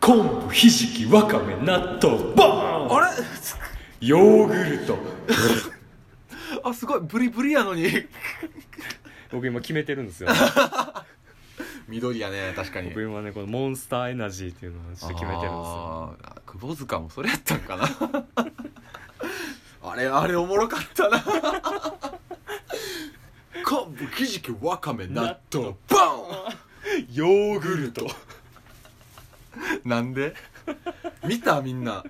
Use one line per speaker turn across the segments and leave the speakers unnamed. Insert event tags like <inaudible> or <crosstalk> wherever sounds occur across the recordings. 昆布ひじきわかめ納豆バーン
あれ <laughs>
ヨーグルト
あすごいブリブリやのに
僕今決めてるん <laughs> ですよ
<laughs> 緑やね確かに
僕今ねこのモンスターエナジーっていうのをちょっと決めてるんですよ
あー窪塚もそれやったんかな <laughs> あれあれおもろかったな昆布ひじきわかめ納豆バ
ヨーグルト
ンなんで見たみんな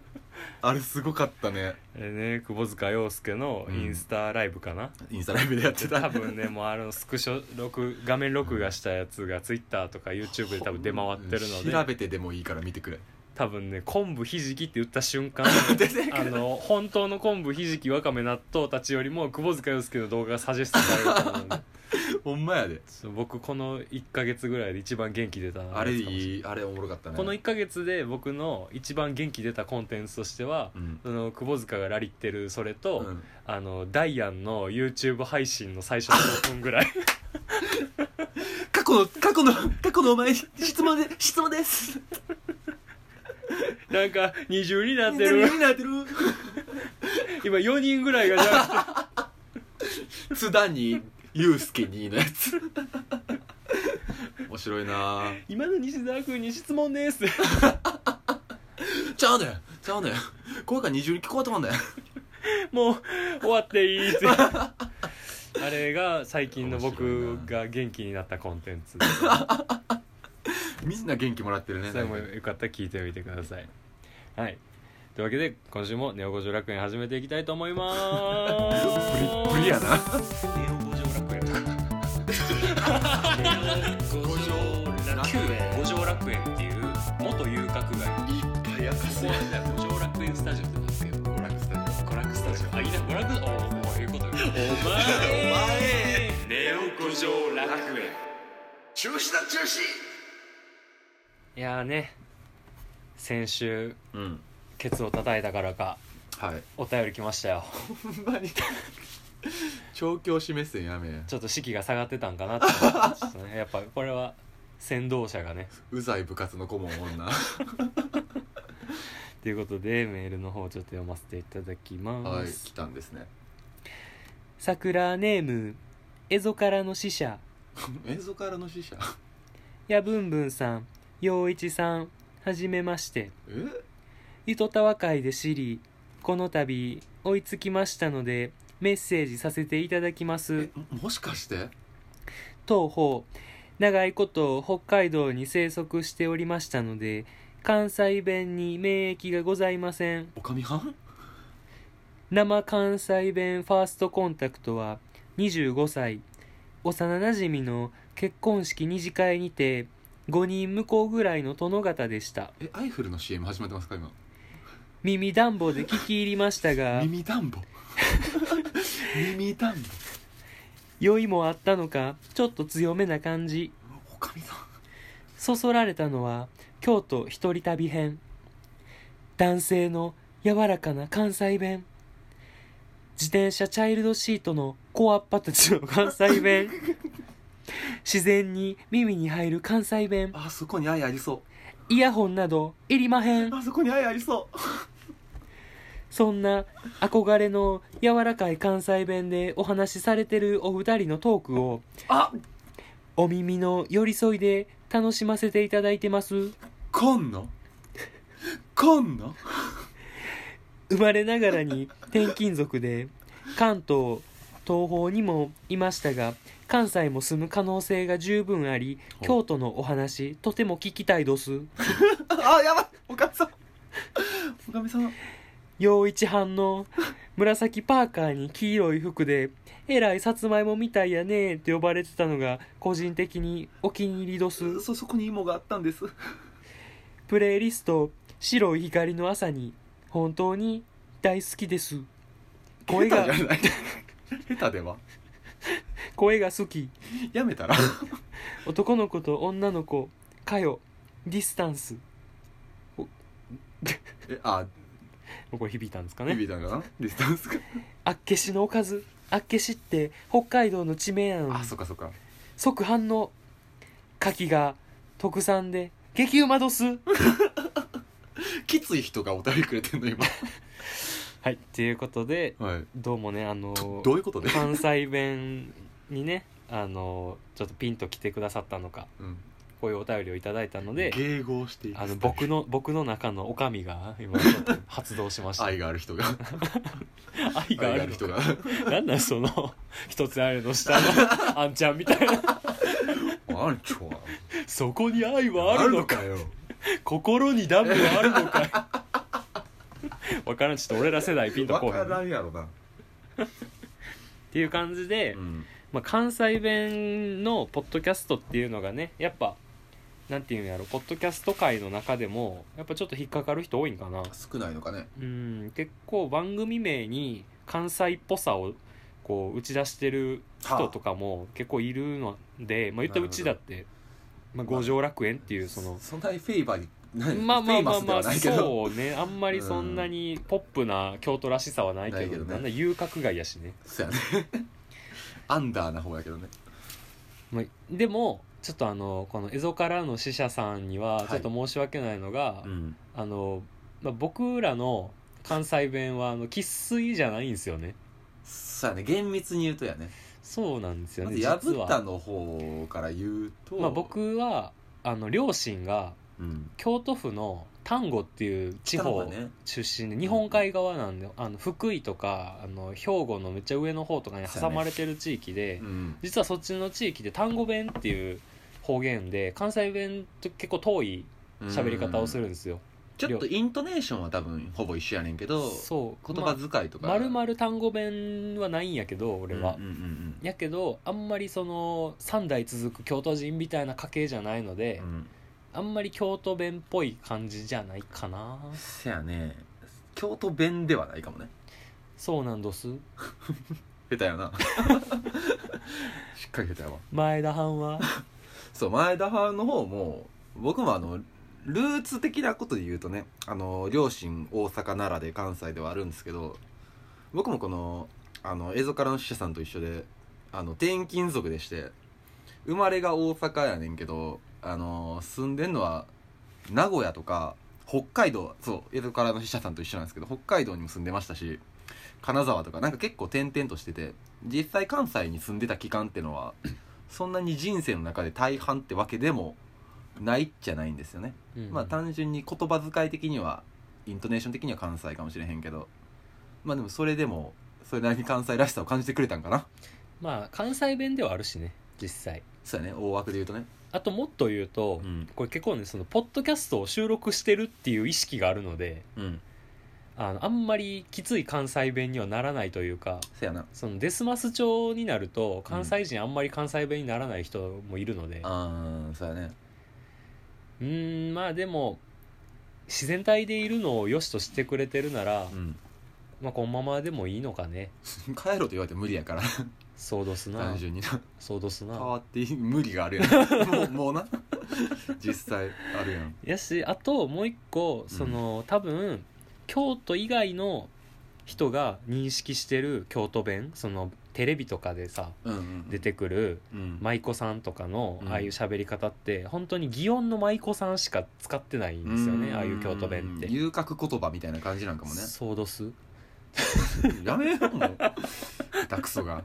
あれすごかったね
あれね窪塚洋介のインスタライブかな、
インスタライブでやってた
多分ねもうあのスクショ録画面録画したやつがツイッターとか YouTube で多分出回ってるので
調べてでもいいから見てくれ
多分ね昆布ひじきって言った瞬 <laughs> 間
<laughs> 出てく
あの本当の昆布ひじきわかめ納豆たちよりも窪塚洋介の動画がサジェストされると思うんで
ほんまやで
そう僕この1か月ぐらいで一番元気出た
あれ
やつかもし
いいあれおもろかっ
れ
たね
ないこの1か月で僕の一番元気出たコンテンツとしては、
うん
その窪塚がラリってるそれと、
うん
あのダイアンの YouTube 配信の最初の5分ぐら
<laughs>
い
過去の過去の過去のお前に質問で質問です
なんか二重になってる
何になってる
今4人ぐらいがじゃあ
津田に祐介にのやつ面白いなぁ
今の西澤君に質問です <laughs>
ちゃうねんちゃうねん声が二重に聞こえてまんねん
もう終わっていい
<laughs>
ってあれが最近の僕が元気になったコンテンツ
みんな元気もらってるね
それもよかったら聞いてみてくださいはいというわけで今週もネオ五条楽園始めていきたいと思います
ブリッブリやな
ネオ五条楽園とか五条楽園五条楽園っていう元遊郭街
いっぱいやかす
五条楽園スタジオってなってる
娯楽スタジ
娯楽スタジオあいいな娯楽おおおいうことお前ネオ五条楽園
中止だ中
いやーね先週
止うん
ケツを叩いたからか
はい
お便り来ましたよ
ほんまに調教師目線やめ
ちょっと士気が下がってたんかなって思ってちょっと
<laughs>
ねやっぱこれは先導者がね
うざい部活の顧問 <laughs> 女
ということでメールの方ちょっと読ませていただきます、
はい来たんですね
桜ネームエゾからの使者
<laughs> 映像からの死者
やぶんぶんさん陽一さんはじめまして
え
糸田和会で知りこの度追いつきましたのでメッセージさせていただきます
えもしかして
当方長いこと北海道に生息しておりましたので関西弁に免疫がございません
おかみはん
生関西弁ファーストコンタクトは25歳幼なじみの結婚式二次会にて5人向こうぐらいの殿方でした
えアイフルの CM 始まってますか今
耳暖房で聞き入りましたが
耳暖 <laughs> 房耳暖房
酔いもあったのかちょっと強めな感じ
おかみさん
そそられたのは京都一人旅編男性の柔らかな関西弁自転車チャイルドシートの小アッパたちの関西弁自然に耳に入る関西弁
あそこに愛ありそ
イヤホンなどいりまへん
うあそこに愛ありそ
そんな憧れの柔らかい関西弁でお話しされてるお二人のトークを
うあ
お耳の寄り添いで楽しませていただいてます
こんのこんの
生まれながらに転勤族で関東東方にもいましたが関西も住む可能性が十分あり
ほう
京都のお話とても聞きたいどす
あやばいおかみさんおかみさん
陽一班の紫パーカーに黄色い服で「えらいさつまいもみたいやね」って呼ばれてたのが個人的にお気に入りどす
そそこに芋があったんです
プレイリスト「白い光の朝に」本当に大好きです声が
下手じゃない <laughs> 下手では
声が好き
やめたら
男の子と女の子かよディスタンス
えあ
これ響いたんですか
ビ
ね
ビだかなディスタンスか
あっけしのおかずあっけしって北海道の地名なの
あ
に
そっかそっか
即反応牡蠣が特産で激うまどす
きつい人がお便りくれてん
<laughs>
の今
はいということで
はい
どうもねあの
どどういうことで、
関西弁にねあのちょっとピンと来てくださったのか
うん、
こういうお便りをいただいたので
迎合していく
あの僕の僕の中の女将が今ちょっと発動しました
愛がある人が
<laughs> 愛があるの
人
か <laughs>
が
なんなんその一つあるの
<laughs>
下のあんちゃんみたいな
あんち <laughs> ょ
そこに愛
は
はあるのか
よ
心にダムはあるのかいわからんちょっと俺ら世代ピンとこうへん
わから
っ
んやろな、
ていう感じで、
うん、
まあ、関西弁のポッドキャストっていうのがねやっぱなんていうんやろポッドキャスト界の中でもやっぱちょっと引っかかる人多いんかな
少ないのかね
うん結構番組名に関西っぽさをこう打ち出してる人とかも結構いるので、まあ、言ったらうちだって、まあ、五条楽園っていうその
そんなにフェイバーに何
まあまあまあまあ
フェイマスではないけど
そうねあんまりそんなにポップな京都らしさはないけ
ないけ
ど
どね
なんだ遊郭街やしね、
そうやね <laughs> アンダーな方やけどね
まあ、でもちょっとあのこの蝦夷からの死者さんには
はい
ちょっと申し訳ないのが、
ん
あの、まあ、僕らの関西弁はあの生粋じゃないんですよね
そうやね厳密に言うとやね
そうなんですよ
ま
ね
ず
実
破った
は、
の方から言うと
まあ、僕はあの両親が
うん
京都府の丹後っていう地方
北の方ね
出身で日本海側なんであの福井とかあの兵庫のめっちゃ上の方とかに挟まれてる地域で、
うん
実はそっちの地域で丹後弁っていう方言で関西弁と結構遠い喋り方をするんですよ、
ちょっとイントネーションは多分ほぼ一緒やねんけど
そう
言葉遣いとか
まるまる単語弁はないんやけど俺は、
うんうんうん
やけどあんまりその3代続く京都人みたいな家系じゃないので、
うんうん
あんまり京都弁っぽい感じじゃないかな
せやね京都弁ではないかもね
そうなんどす
下手やなしっかり下手やわ
前田藩
<laughs>
は
そう前田派の方も僕もあのルーツ的なことで言うとねあの両親大阪奈良で関西ではあるんですけど僕もこのあの蝦夷からの死者さんと一緒であの転勤族でして生まれが大阪やねんけどあの住んでんのは名古屋とか北海道そう蝦夷からの死者さんと一緒なんですけど北海道にも住んでましたし金沢とかなんか結構転々としてて実際関西に住んでた期間ってのはそんなに人生の中で大半ってわけでもないじゃないんですよね、
うん
まあ単純に言葉遣い的にはイントネーション的には関西かもしれへんけどまあでもそれでもそれなりに関西らしさを感じてくれたんかな
まあ関西弁ではあるしね実際
そうやね大枠で言うとね、
あともっと言うと、
ん
これ結構ねそのポッドキャストを収録してるっていう意識があるので
うん、
あのあんまりきつい関西弁にはならないというか
そうやな
そのデスマス調になると関西人あんまり関西弁にならない人もいるので
あーそうやね
うんんまあでも自然体でいるのを良しとしてくれてるなら、
ん
まあこのままでもいいのかね
帰ろうと言われて無理やから
そうどすな
単純にな
そうどす
変
な
わっていい無理がある <laughs> やんもうもうな実際あるやん
やしあともう一個その、多分京都以外の人が認識してる京都弁そのテレビとかでさ
うん、うん、
出てくる
うん
舞妓さんとかの
うん
ああいう喋り方って、本当に祇園の舞妓さんしか使ってないんですよねああいう京都弁って
遊郭言葉みたいな感じなんかもね
ソードス
やめようもう下手くそが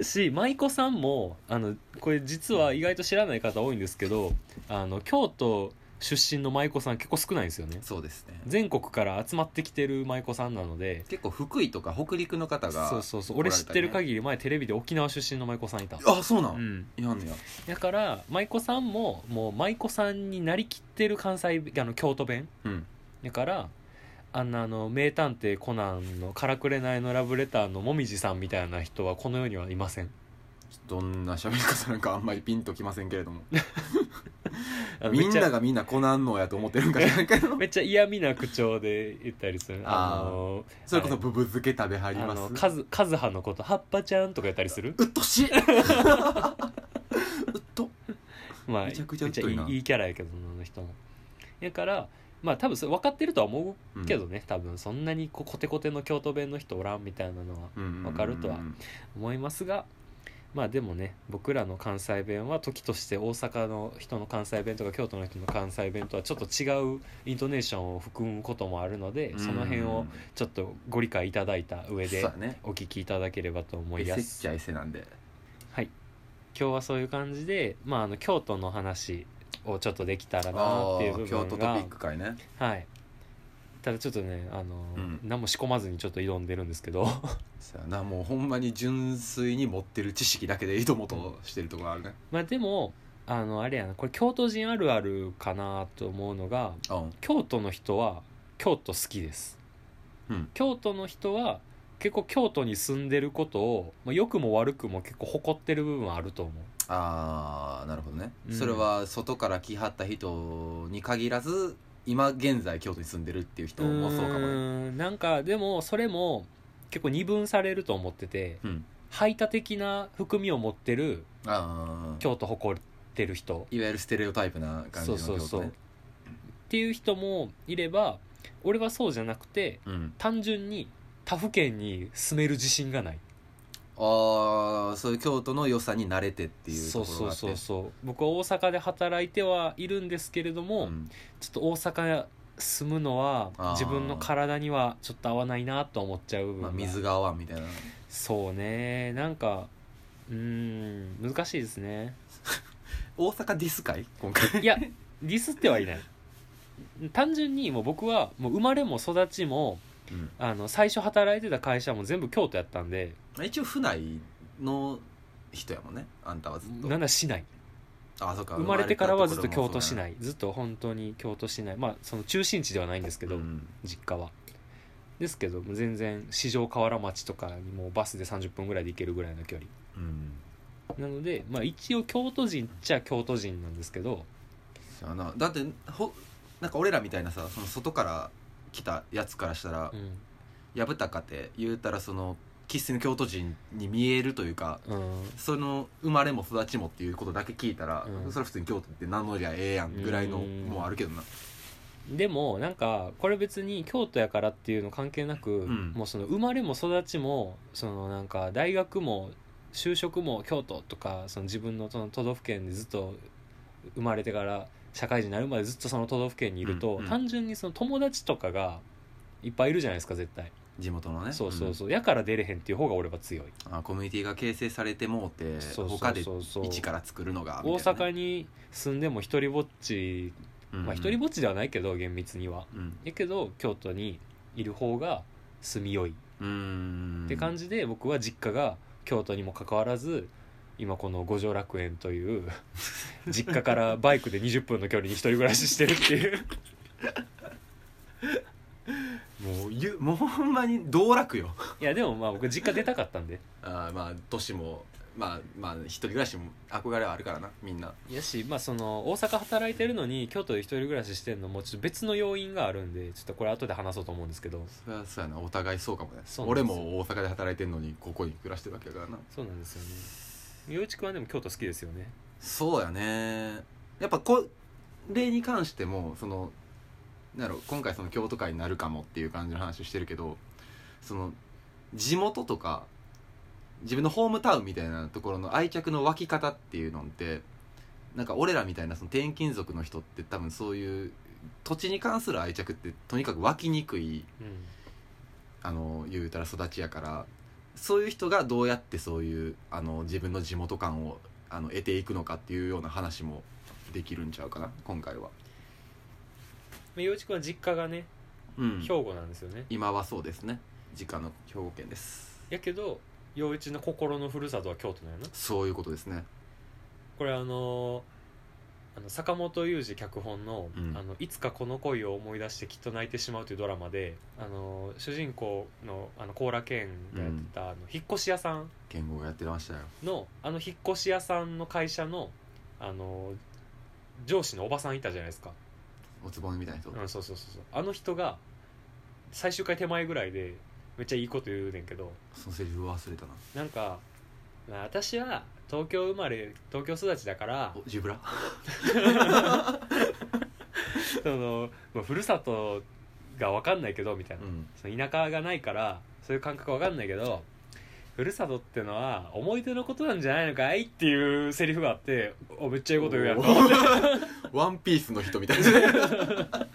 し舞妓さんもあのこれ実は意外と知らない方多いんですけどあの京都出身の舞妓さん結構少ないんですよね
そうですね
全国から集まってきてる舞妓さんなので
結構福井とか北陸の方が
そうそうそう俺知ってる限り前テレビで沖縄出身の舞妓さんいた
あそうな、
うんん
いやんねや
だから舞妓さんももう舞妓さんになりきってる関西あの京都弁
うん
だからあんなあの名探偵コナンの「からくれないのラブレター」のもみじさんみたいな人はこの世にはいません
どんな喋り方なんかあんまりピンときませんけれども
<laughs> あの
みん
めっちゃ
ながみんなコナンのやと思ってるんか知らんけ
<laughs>
ど
めっちゃ嫌味な口調で言ったりする
あー
あの
それこそブブ漬け食べは
あ
りま
の
す
カズカズハのこと「葉っぱちゃん」とか言ったりする
うっ
<laughs>
としいうっと
まあ
めちゃくちゃ
めっい
疎いない
いいキャラやけどなあの人もだからまあ多分それ分かってるとは思うけどね、多分そんなにこうコテコテの京都弁の人おらんみたいなのは
うん
わかるとは思いますがまあでもね僕らの関西弁は時として大阪の人の関西弁とか京都の人の関西弁とはちょっと違うイントネーションを含むこともあるのでその辺をちょっとご理解いただいた
うん
上で
そうだね
お聞きいただければと思いま
せっ
す
ちゃいせなんで
はい今日はそういう感じで、まあ、あの京都の話をちょっとできたらな
あ
っ
あ
ていう部
ー
分が
京都トピック会ね
はいただちょっとねあの、
うん
何も仕込まずにちょっと挑んでるんですけど <laughs>
そうやなもうほんまに純粋に持ってる知識だけでいいともとしてるところあるね
まあでもあのあれやなこれ京都人あるあるかなと思うのが
うん
京都の人は京都好きです
うん
京都の人は結構京都に住んでることを、まあ、良くも悪くも結構誇ってる部分はあると思う
ああなるほどね、
うん
それは外から来はった人に限らず今現在京都に住んでるっていう人もそうかもね
ーんなんかでもそれも結構二分されると思ってて
うん
排他的な含みを持ってる
ああ
京都誇ってる人
いわゆるステレオタイプな感じ
そ
の
うそ
京都ね
うそうっていう人もいれば俺はそうじゃなくて
うん、
単純に他府県に住める自信がない
ああそういう京都の良さに慣れてっていうと
そう
ころ
そ
があ
う
って
そうそう僕は大阪で働いてはいるんですけれども、
うん
ちょっと大阪住むのは
あー
自分の体にはちょっと合わないなと思っちゃう部分
ま
が
あ、水が合わんみたいな
そうねなんかうーん難しいですね
大阪ディス会今回 <laughs>
いやディスってはいない単純にもう僕はもう生まれも育ちも
うん
あの最初働いてた会社も全部京都やったんで
まあ一応府内の人やもんねあんたはずっと
なんなら市内
あそうか
生まれてからはずっと京都市
ない
内ずっと本当に京都市内まあその中心地ではないんですけ
け
ど、
うん、
実家はですけどもう全然四条河原町とかにもうバスで30分ぐらいで行けるぐらいの距離
うん
なので、まあ、一応京都人っちゃ京都人なんですけど
そうやなだってほなんか俺らみたいなさその外から来たやつからしたら
うん
「やぶたか」って言うたらその生粋の京都人に見えるというか
うん
その生まれも育ちもっていうことだけ聞いたら、
うん
それは普通に京都って名乗りゃええやんぐらいの
うん
もうあるけどな
でもなんかこれ別に京都やからっていうの関係なく、
ん
もうその生まれも育ちもそのなんか大学も就職も京都とかその自分のその都道府県でずっと生まれてから社会人になるまでずっとその都道府県にいると、
うんうん
単純にその友達とかがいっぱいいるじゃないですか絶対
地元のね
そうそうそう、やから出れへんっていう方が俺は強い、
うんあコミュニティが形成されてもうて
そうそう
他で
そうそう
一から作るのが
大
みたいな
阪
ね
に住んでも一人ぼっち
うん
まあ一人ぼっちではないけど厳密には
うん
やけど京都にいる方が住みよい
うん
って感じで僕は実家が京都にもかかわらず今この五条楽園という <laughs> 実家からバイクで20分の距離に一人暮らししてるっていう
もうゆもうほんまに道楽よ
いやでもまあ僕実家出たかったんで
あーまあ年もまあまあ一人暮らしも憧れはあるからなみんな
やし、まあ、その大阪働いてるのに京都で一人暮らししてるのもちょっと別の要因があるんでちょっとこれ後で話そうと思うんですけど
そりゃそうやなお互いそうかもね
そうなんで
俺
すよ
も大阪で働いてんのにここに暮らしてるわけだからな
そうなんですよね陽一君はでも京都好きですよね
そうやねやっぱこれに関してもそのなんやろ今回その京都会になるかもっていう感じの話をしてるけどその地元とか自分のホームタウンみたいなところの愛着の湧き方っていうのってなんか俺らみたいなその転勤族の人って多分そういう土地に関する愛着ってとにかく湧きにくい
うん
あの言うたら育ちやからそういう人がどうやってそういうあの自分の地元感をあの得ていくのかっていうような話もできるんちゃうかな今回は、
まあ陽一君は実家がね
うん
兵、庫なんですよね、
今はそうですね実家の兵庫県です
やけど陽一の心のふるさとは京都なんやな
そういうことですね
これあのーあの坂本雄二脚本の,、
うん
あの「いつかこの恋を思い出してきっと泣いてしまう」というドラマで、あのー主人公のあの高良健がやってた、あの引っ越し屋さん
言語がやってましたよ
のあの引っ越し屋さんの会社の、あのー上司のおばさんいたじゃないですか、
おつぼねみたいな人、
うん、そうそうそうそうあの人が最終回手前ぐらいでめっちゃいいこと言うねんけど
そのセリフ忘れたな
なんか、まあ、私は東京生まれ東京育ちだから
おジブラ
その、まあ、ふるさとが分かんないけどみたいな
う、ん
その田舎がないからそういう感覚分かんないけどふるさとってのは思い出のことなんじゃないのかいっていうセリフがあっておめっちゃいいこと言うやん <laughs>
お
か
ー <laughs> ワンピースの人みたいな
<laughs> 確か
<laughs>
に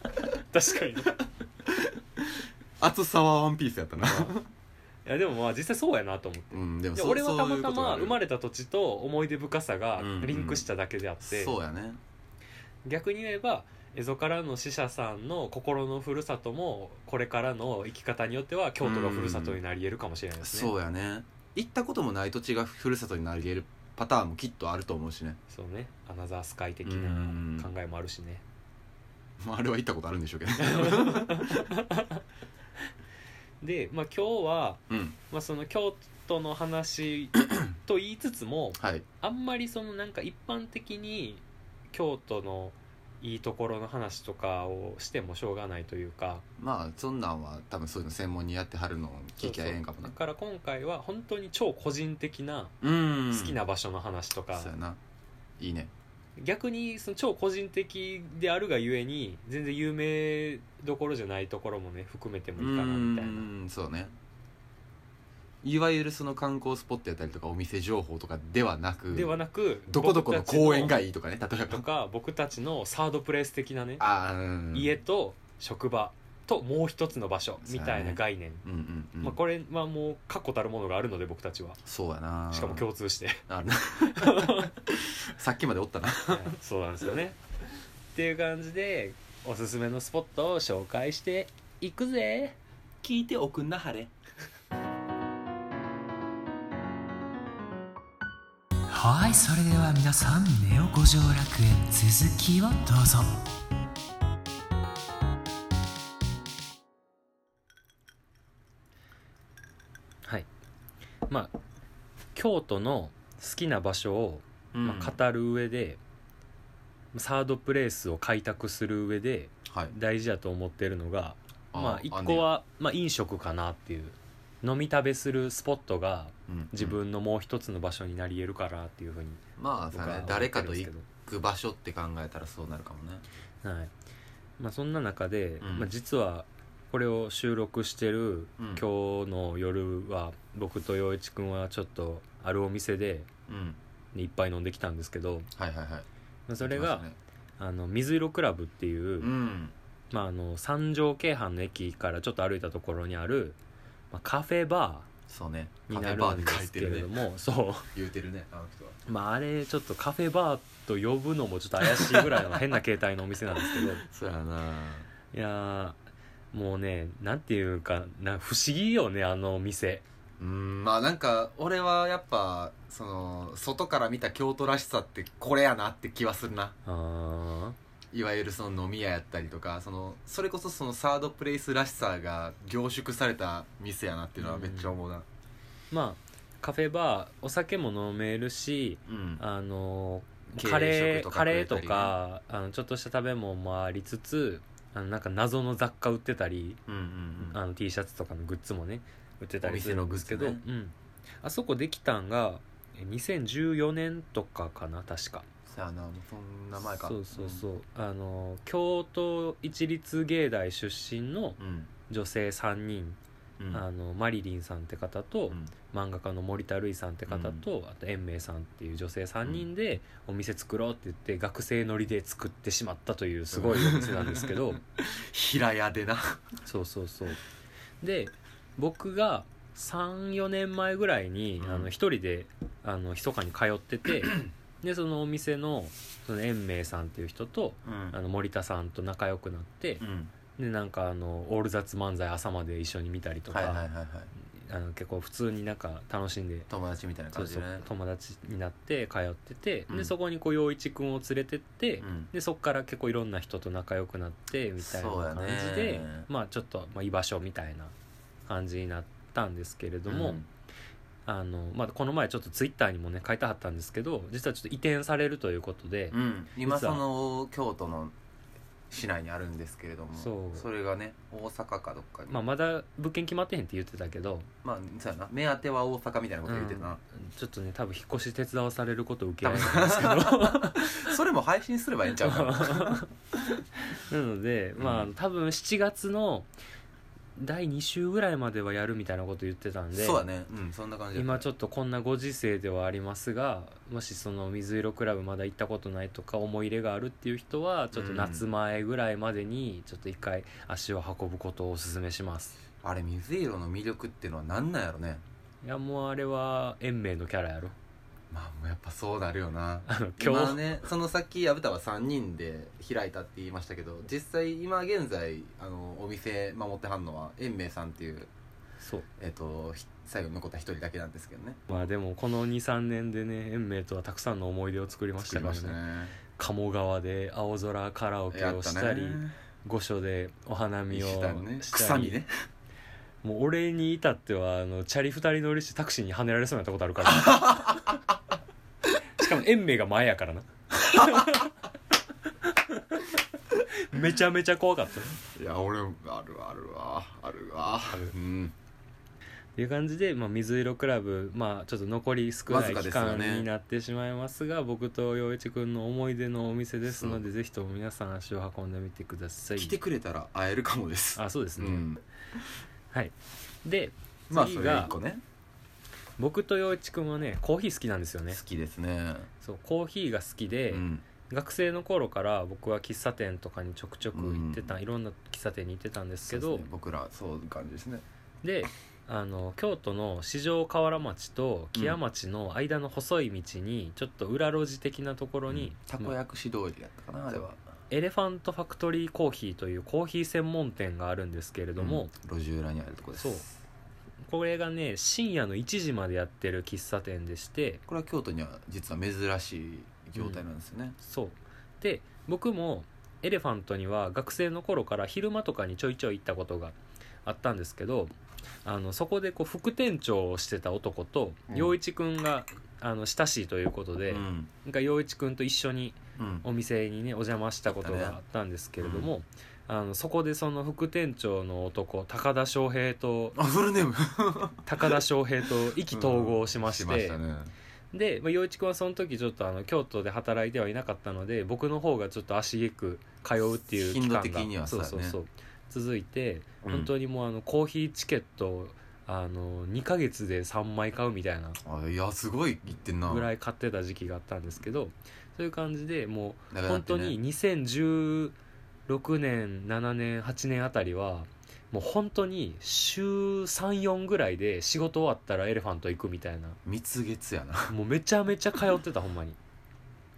厚さはワンピースやったな
いやでもまあ実際そうやなと思って
うんでも
いや
そ
俺はた
そう
ま
いう
た
ことが
ま
ある
生まれた土地と思い出深さがリンクしただけであって、
そうやね
逆に言えば蝦夷からの死者さんの心のふるさともこれからの生き方によっては京都がふるさとになり得るかもしれないですね、
そうやね行ったこともない土地がふるさとになり得るパターンもきっとあると思うしね
そうねアナザースカイ的
う
なん考えもあるしね
まああれは行ったことあるんでし
<laughs>
ょうけど
で、まあ、今日は、
うん
まあ、その京都の話と言いつつも
はい
あんまりそのなんか一般的に京都のいいところの話とかをしてもしょうがないというか
まあそんなんは多分そういうの専門にやってはるのを聞きゃええんかも
だ
な
から今回は本当に超個人的な
うん
好きな場所の話とか、
そうやないいね
逆にその超個人的であるがゆえに全然有名どころじゃないところもね含めてもいいかなみたいな
うんそうねいわゆるその観光スポットやったりとかお店情報とかではなく
ではなく
どこどこの公園が
い
いいとかね例え
と
ば
か僕たちのサードプレイス的なね
あーうん
家と職場ともう一つの場所みたいな概念、
うんうんうん
まあ、これはもう確固たるものがあるので僕たちは
そうやな
しかも共通して
あな <laughs> さっきまでおったな
はい <laughs> そうなんですよねっていう感じでおすすめのスポットを紹介していくぜ
聞いておくんなはれ
はいそれでは皆さんネオ五条楽園続きをどうぞ
はいまあ京都の好きな場所を、
うん
まあ、語る上で、サードプレイスを開拓する上で
はい
大事だと思ってるのがまあ一
んね
個
や
は、まあ、飲食かなっていう飲み食べするスポットが
うん
自分のもう一つの場所になり得るかなっていうふうに
まあ
僕
さ
は
ね
思って
誰か
るん
と
です
行
けど
く場所って考えたらそうなるかもね
はいまあ、そんな中で、
うん
まあ、実はこれを収録してる
うん
今日の夜は僕と陽一くんはちょっとあるお店で
うん
いっぱい飲んできたんですけど
はいはいはい
まあそれ
行き
が、
ましたね
あの水色クラブっていう、
うん
まあ、あの三条京阪の駅からちょっと歩いたところにある、まあ、カフェバ
そうね
ーに
カフ
な
ェ
る
バ
ん
ー
で
で書い
す
て
けれ
る
ど
ね
も、そう
言うてるねあの人は
まああれちょっとカフェバーと呼ぶのもちょっと怪しいぐらい
<laughs>
の変な形態のお店なんですけど
そうやない
やーもうねなんていうかな不思議よねあのお店
うんまあなんか俺はやっぱその外から見た京都らしさってこれやなって気はするな
あ
いわゆるその飲み屋やったりとかそのそれこそそのサードプレイスらしさが凝縮された店やなっていうのはめっちゃ思うな
ーまあカフェバーお酒も飲めるし
うん
あの
軽
カレー
食とか
カレー
く
と
れたりね
かあのちょっとした食べ物もありつつあのなんか謎の雑貨売ってたり
うんうんうん
あの T シャツとかのグッズもね売ってたりするんですけど、
お店の
うん、あそこできたんがえ2014年とかかな確か
そうやなもうそんな前か
そうそうそう、あの京都一律芸大出身の
うん
女性3人、
うん
あのマリリンさんって方と、
うん
漫画家の森田るいさんって方と、あと延明さんっていう女性3人でお店作ろうって言って学生乗りで作ってしまったというすごいお店なんですけ
<laughs>
ど、
平屋でな
そうそうそうで僕が34年前ぐらいに、
うん
あの一人であの密かに通って
<clears throat>
てでそのお店のその延明さんっていう人と
うん
あの森田さんと仲良くなって
う、
で
ん
なんかあのオール雑漫才朝まで一緒に見たりとか、
はいはいはいはい
あの結構普通になんか楽しんで。
友達みたいな
そ
感
う
じ
そ
で
う
ね
友達になって通ってて、
う
で
ん
そこにこう陽一君を連れてって、
うん
でそこから結構いろんな人と仲良くなってみたいな
そうや
感
ね
じで、まあちょっと、まあ、居場所みたいな感じになったんですけれども、
うん
あのまあ、この前ちょっとツイッターにもね書いてはったんですけど実はちょっと移転されるということで、
うん、今
実は
その京都の市内にあるんですけれども
そう
れがね大阪かどっかに
まあ、まだ物件決まってへんって言ってたけど
まあそうやな目当ては大阪みたいなこと言ってたな、
ちょっとね多分引っ越し手伝わされることを受けられたんですけど
それも配信すればいいんち
<laughs>
ゃうかな
なのでまあ
うん
多分7月の第2週ぐらいまではやるみたいなこと言ってたんで
そうだねうんそんな感じだ
今ちょっとこんなご時世ではありますがもしその水色クラブまだ行ったことないとか思い入れがあるっていう人はちょっと夏前ぐらいまでにちょっと一回足を運ぶことをお勧めします
あれ水色の魅力っていうのは何なんやろね
いやもうあれは延命のキャラやろ <laughs>
まあもうやっぱそうなるよな
あの <laughs> 今
今
日、
ねそのさっき薮田は3人で開いたって言いましたけど実際今現在あのお店守ってはんのは延明さんっていう、
そう
えっとひ最後に残った1人だけなんですけどね
まあでもこの23年でね延命とはたくさんの思い出を作りましたからね
ね
鴨川で青空カラオケ
や
を
っ
した
た
り
ね
御所でお花見を
石段ね
した
草
り
にね
もう俺に至ってはあのチャリ二人乗りしてタクシーにはねられそうになったことあるから
<laughs>
しかも延命が前やからな <laughs> めちゃめちゃ怖かったっ
いや俺もあるあるわあるわ
る
うん
ていう感じで、まあ、水色クラブ、まあ、ちょっと残り少
わ
な
ず
い
か
期
ですよ
間
ね
になってしまいますが僕と陽一君の思い出のお店ですのでぜひとも皆さん足を運んでみてください
来てくれたら会えるかもです
あそうです
う
ね、
ん
はいで
まあ
次
それ
が
1個ね
僕と陽一君はねコーヒー好きなんですよね
好きですね
そうコーヒーが好きで、
うん
学生の頃から僕は喫茶店とかにちょくちょく行ってた、
うん
いろんな喫茶店に行ってたんですけ
そう
ど
ですね僕らそういう感じですね
であの京都の四条河原町と木屋町の間の細い道に、ちょっと裏路地的なところに、
たこ焼きし通りやったかなあれは
エレファントファクトリーコーヒーというコーヒー専門店があるんですけれども、
うん路地裏にあるとこです
そうこれがね深夜の1時までやってる喫茶店でして
これは京都には実は珍しい業態なんですよね、
そうで僕もエレファントには学生の頃から昼間とかにちょいちょい行ったことがあったんですけどあのそこでこう副店長をしてた男と
うん
陽一くんがあの親しいということで、
うん
なんか陽一くんと一緒に
うん
お店にねお邪魔したことがあったんですけれども、あのそこでその副店長の男高田翔平と
あフルネーム
高田翔平と意気投合しまして、
ね
で、まあ、陽一君はその時ちょっとあの京都で働いてはいなかったので僕の方がちょっと足げく通うっていう期間が
頻度的にはそう
そう
だね
そうそう続いて、
うん
本当にもうあのコーヒーチケットをあの2ヶ月で3枚買うみたいな
あいやすごい言ってんな
ぐら
い
い買ってた時期があったんですけどそういう感じでもう
本
本当に2016年7年8年あたりはもう本当に週34ぐらいで仕事終わったらエレファント行くみたいな
蜜月やな
もうめちゃめちゃ通ってたほんまに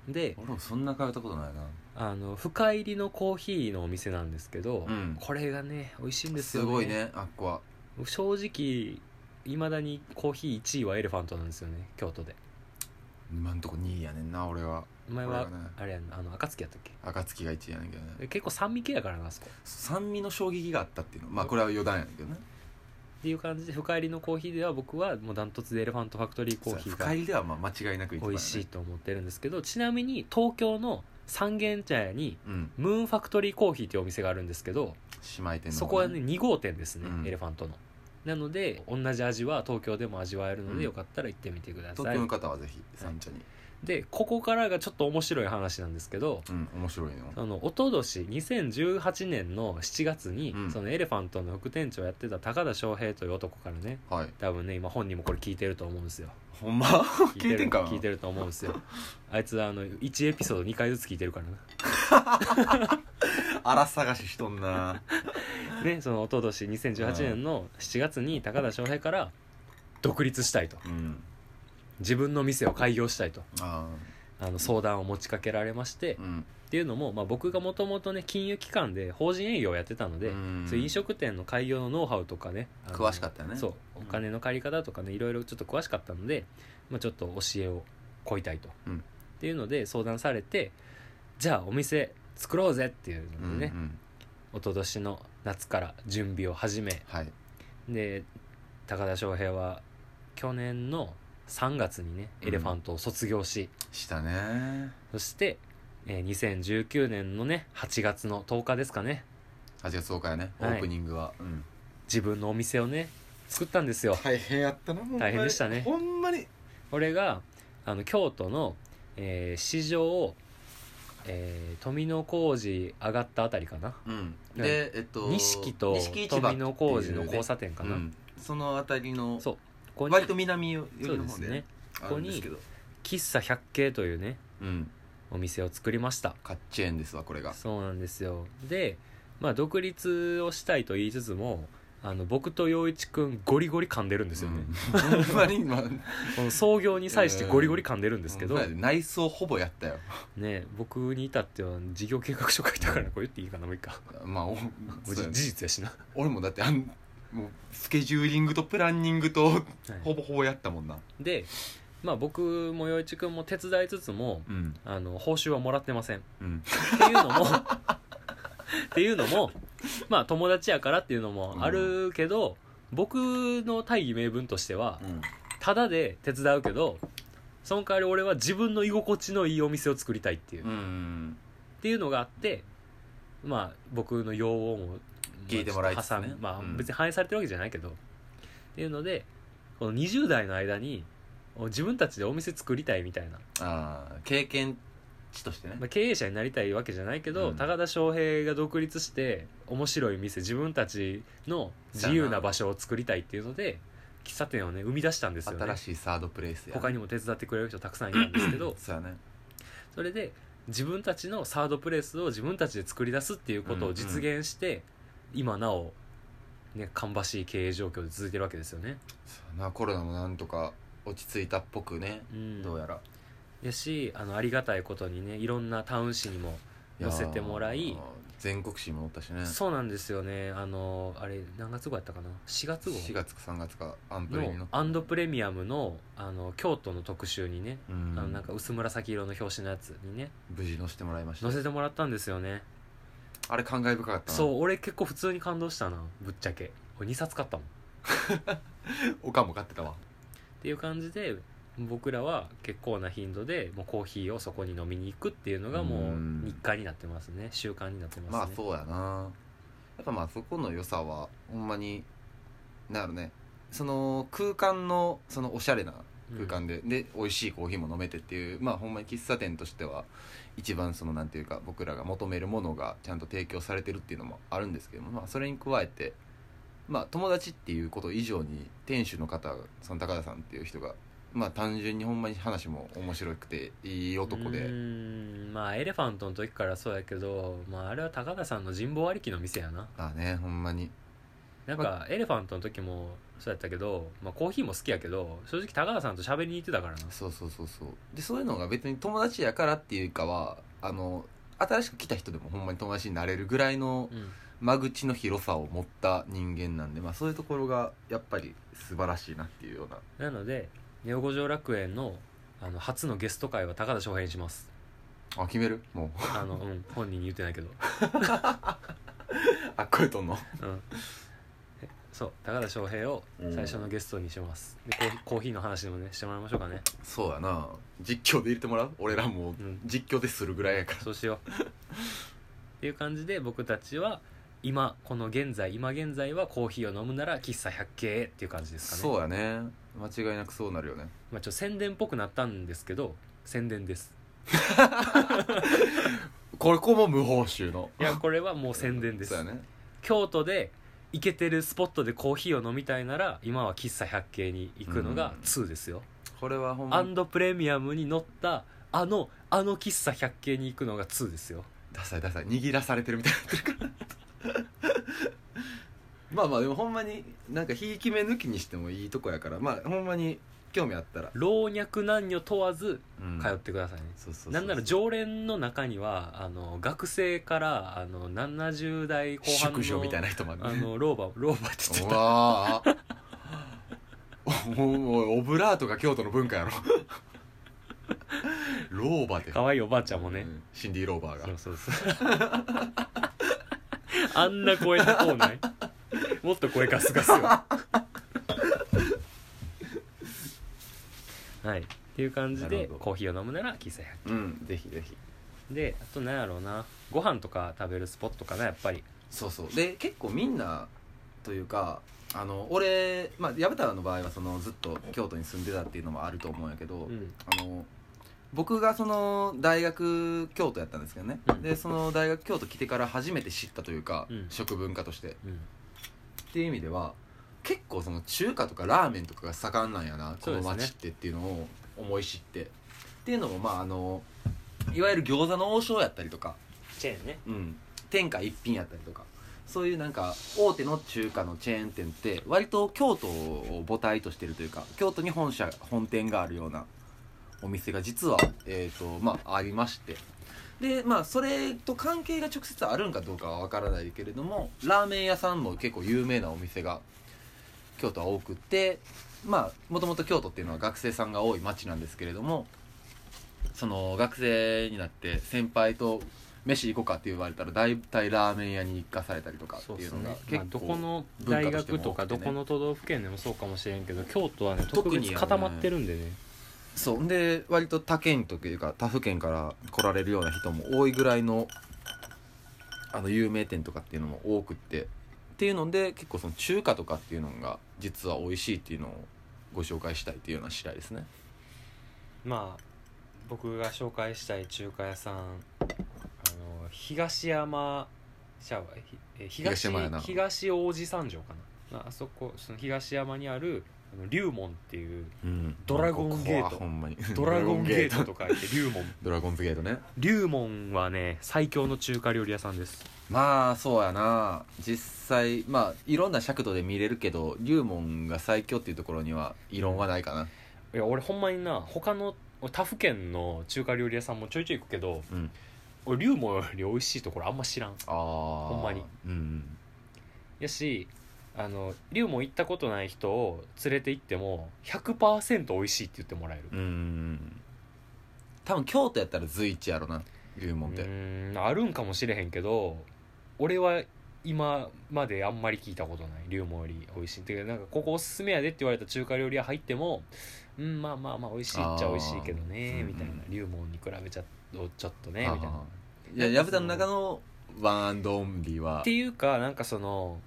で
俺もそんな通ったことないな
あの深入りのコーヒーのお店なんですけど、
うん
これがね美味しいんです
す
よね
ごいねあっこは
正直いまだにコーヒー1位はエレファントなんですよね京都で
今んとこ2位やねんな俺は
お前
俺
は
はね
あれやんなあの暁やったっけ
暁が1位やねんけどね
で結構酸味系やからなあそこ
酸味の衝撃があったっていうのまあこれは余談やねんけどね
っていう感じで深入りのコーヒーでは僕はもうダントツでエレファントファクトリーコーヒー
そう深
が
入りではまあ間違いなく
美
一番やね
味しいと思ってるんですけどちなみに東京の三軒茶屋に
うん
ムーンファクトリーコーヒーっていうお店があるんですけど
姉妹店の
そこはね2号店ですね、
うん
エレファントのなので同じ味は東京でも味わえるので、
うん
よかったら行ってみてくださ
東
い
京の方はぜひ三茶に
でここからがちょっと面白い話なんですけど
うん面白いの
そのおととし2018年の7月に、
うん
そのエレファントの副店長をやってた高田翔平という男からね
はい
多分ね今本人もこれ聞いてると思うんですよ
ほんま <laughs> 聞いてんかな
聞いてると思うんですよ <laughs> あいつあの1エピソード2回ずつ聞いてるからな
あら探ししとん
<laughs>
な
ね、そのおととし2018年の7月に高田翔平から独立したいと
うん
自分の店を開業したいと
あ
あの相談を持ちかけられまして、
ー
っ
うん
ていうのも、まあ、僕がもともとね金融機関で法人営業をやってたので、
うん
そういう飲食店の開業のノウハウとかねあの
詳しかったよね
そうお金の借り方とかねいろいろちょっと詳しかったので、まあ、ちょっと教えをこいたいと、
うん
っていうので相談されてじゃあお店作ろうぜっていう
う
の
ん
でね、
うん
おととしの夏から準備を始め
はい
で高田翔平は去年の3月にね、
うん
エレファントを卒業し
したね
そして、えー2019年のね8月の10日ですかね
8月10日やねオ
はい
ープニングはうん
自分のお店をね作ったんですよ
大変やったなほんまに
大変でしたね
ほんまに
俺があの京都の、えー市場えー、富野工事上がったあたりかな
うん、でえっと
錦と
錦市場
富野工事の
っていうね
交差点かな、
うんその辺りの
そうここに
割と南寄り
そう
の
で
方
す
で
ね
ねあるんですけど
喫茶百景というね
うん
お店を作りました
カッチェーンですわこれが
そうなんですよでまあ独立をしたいと言いつつもあの僕と陽一くんゴリゴリ噛んでるんですよね、
うん <laughs> ほんまに今
この創業に際してゴリゴリ噛んでるんですけど、
ほんまやで内装ほぼやったよ <laughs>
ね僕に至っては事業計画書書いたからこれ言っていい
<laughs>
かなもういいか
まあおそうや
事
ね
実やしな
俺もだってあんもうスケジューリングとプランニングと
はい
ほぼほぼやったもんな
でまあ僕も陽一くんも手伝いつつも
うん
あの報酬はもらってません
うん
っていう
<laughs>
のもっていうのもまあ友達やからっていうのもあるけど、僕の大義名分としては
うん
ただで手伝うけどその代わり俺は自分の居心地のいいお店を作りたいっていう、
う
っ
ん
ていうのがあってまあ僕の要望も
聞いてもらいつつね
まあちょっと挟むまあ
うん
別に反映されてるわけじゃないけど、っていうのでこの20代の間に自分たちでお店作りたいみたいな
ああ経験値としてね
まあ、経営者になりたいわけじゃないけど、
うん
高田翔平が独立して面白い店自分たちの自由な場所を作りたいっていうので喫茶店をね生み出したんですよね
新しいサードプレイスや
他にも手伝ってくれる人たくさんいたんですけ
<laughs>
ど
そうやね
それで自分たちのサードプレイスを自分たちで作り出すっていうことを実現して、今なお、ね、芳しい経営状況で続いてるわけですよね。
そうやなコロナもなんとか落ち着いたっぽくね
うん、
どうやら
やしあのありがたいことにねいろんなタウン誌にも寄せてもらい
やー全国紙もおったしね
そうなんですよねあのあれ何月号やったかな4月号
4月か3月かアンプレに載
の
って
アンドプレミアムのあの京都の特集にね、
う
あ
ん
のなんか薄紫色の表紙のやつにね
無事載せてもらいました
載せてもらったんですよね、
あれ感慨深かったな
そう俺結構普通に感動したなぶっちゃけ俺2冊買ったもんっ
おかんも買ってたわ
ていう感じで僕らは結構な頻度でもうコーヒーをそこに飲みに行くっていうのがもう
うん
日課になってますね習慣になってますね
まあそうやなやっぱまあそこの良さはほんまになんやろねその空間のそのおしゃれな空間で、で美味しいコーヒーも飲めてっていうまあほんまに喫茶店としては一番そのなんていうか僕らが求めるものがちゃんと提供されてるっていうのもあるんですけども、まあ、それに加えてまあ友達っていうこと以上に店主の方その高田さんっていう人がまあ単純にほんまに話も面白くていい男
う
で
ーんまあエレファントの時からそうやけど、まあ、あれは高田さんの人望ありきの店やな
まあねほんまに
なんかエレファントの時もそうやったけど、まあ、コーヒーも好きやけど正直高田さんと喋りに行ってたからな
そうそうそうそうでそういうのが別に友達やからっていうかはあの新しく来た人でもほんまに友達になれるぐらいの
うん
間口の広さを持った人間なんで、まあ、そういうところがやっぱり素晴らしいなっていうような
なのでネオ五条楽園のあの初のゲスト会は高田翔平にします
あ決めるもう <laughs>
あの、うん、本人に言ってないけど、
あっこれとんの
うん、えそう高田翔平を最初のゲストにしますでコーヒーコーヒーの話でもねしてもらいましょうかね
そうやな実況で入れてもらう俺らもう
うん
実況でするぐらいやか
そうしようっていう感じで僕たちは今この現在今現在はコーヒーを飲むなら喫茶百景へっていう感じで
ら
すかね
そうやね間違いなくそうなるよね
まあ、ちょっと宣伝っぽくなったんですけど宣伝
<laughs>
です
これこも無報酬の
いやこれはもう宣伝です、
そうやね
京都で行けてるスポットでコーヒーを飲みたいなら今は喫茶百景に行くのが
うん
2ですよ、
これはほん
ア
まに
ンドプレミアムに乗ったあのあの喫茶百景に行くのが2ですよ
ダサいダサい握らされてるみたいになってるから <laughs> まあまあでもほんまになんかひいき目抜きにしてもいいとこやからまあほんまに興味あったら、
老若男女問わず
うん
通ってくださいね、
そうそうそう
なんなら常連の中にはあの学生からあの70代後半の
宿女みたいな人まで
あの老婆老婆って言っちゃ
う
った
わーおおオブラートが京都の文化 <laughs> やろ老婆で
可愛いおばあちゃんもね、
うんシンディ・ローバーが
そうそう <laughs> そうあんな声のこうないもっと声ガスガスよ
<laughs>
はいっていう感じ
なる
で
ほど
コーヒーを飲むなら喫茶百
うんぜひぜひ
景であとなんやろうなご飯とか食べるスポットかなやっぱり
そうそうで結構みんなというかあの俺、まあ、矢部太郎の場合はそのずっと京都に住んでたっていうのもあると思うんやけど、
うん
あの僕がその大学京都やったんですけどね、
うん
でその大学京都来てから初めて知ったというか、
うん
食文化として
うん
っていう意味では結構その中華とかラーメンとかが盛んなんやな、こ
そう
の
ですね
町ってっていうのを思い知ってっていうのもまああのいわゆる餃子の王将やったりとか、
チェーンね
うん、天下一品やったりとかそういうなんか大手の中華のチェーン店って割と京都を母体としてるというか京都に本社本店があるようなお店が実は、えーとまあ、ありましてでまあそれと関係が直接あるんかどうかは分からないけれどもラーメン屋さんも結構有名なお店が京都は多くてまあもともと京都っていうのは学生さんが多い町なんですけれどもその学生になって先輩と飯行こうかって言われたら大体ラーメン屋に行かされたりとかって
そう
い
で
う
す
のが
ね、まあ、
結構、
どこの大学とか
文化としても多くてね
どこの都道府県でもそうかもしれんけど京都はね特
特にやね
別固まってるんでね
そうで割と他県というか他府県から来られるような人も多いぐらいのあの有名店とかっていうのも多くってっていうので結構その中華とかっていうのが実は美味しいっていうのをご紹介したいっていうような次第ですね
まあ僕が紹介したい中華屋さんあの東山シャワーひえ東
東山やな
東王子三条かな、まああそこその東山にあるあの龍門っていう
うん
ドラゴンゲート
ここはほんまに
ドラゴンゲート
ト
とか言って
<laughs>
龍門
ドラゴンズゲートね
龍門はね最強の中華料理屋さんです
まあそうやな実際まあいろんな尺度で見れるけど龍門が最強っていうところには異論はないかない
や俺ほんまにな他の俺他府県の中華料理屋さんもちょいちょい行くけど
うん
俺龍門より美味しいところあんま知らん
ああほ
んまに
うん
やしあの龍門行ったことない人を連れて行っても100%美味しいって言ってもらえる
うーん多分京都やったら随一やろな龍門って
うーんあるんかもしれへんけど俺は今まであんまり聞いたことない龍門より美味しいっていうかなんかここおすすめやでって言われた中華料理屋入ってもうんまあまあまあ美味しいっちゃ美味しいけどね
あー
みたいな
うんうん
龍門に比べちゃうちょっとね
あー
みたいなっ
いや薮田の中のワンアンドオンリーは
ていうかなんかその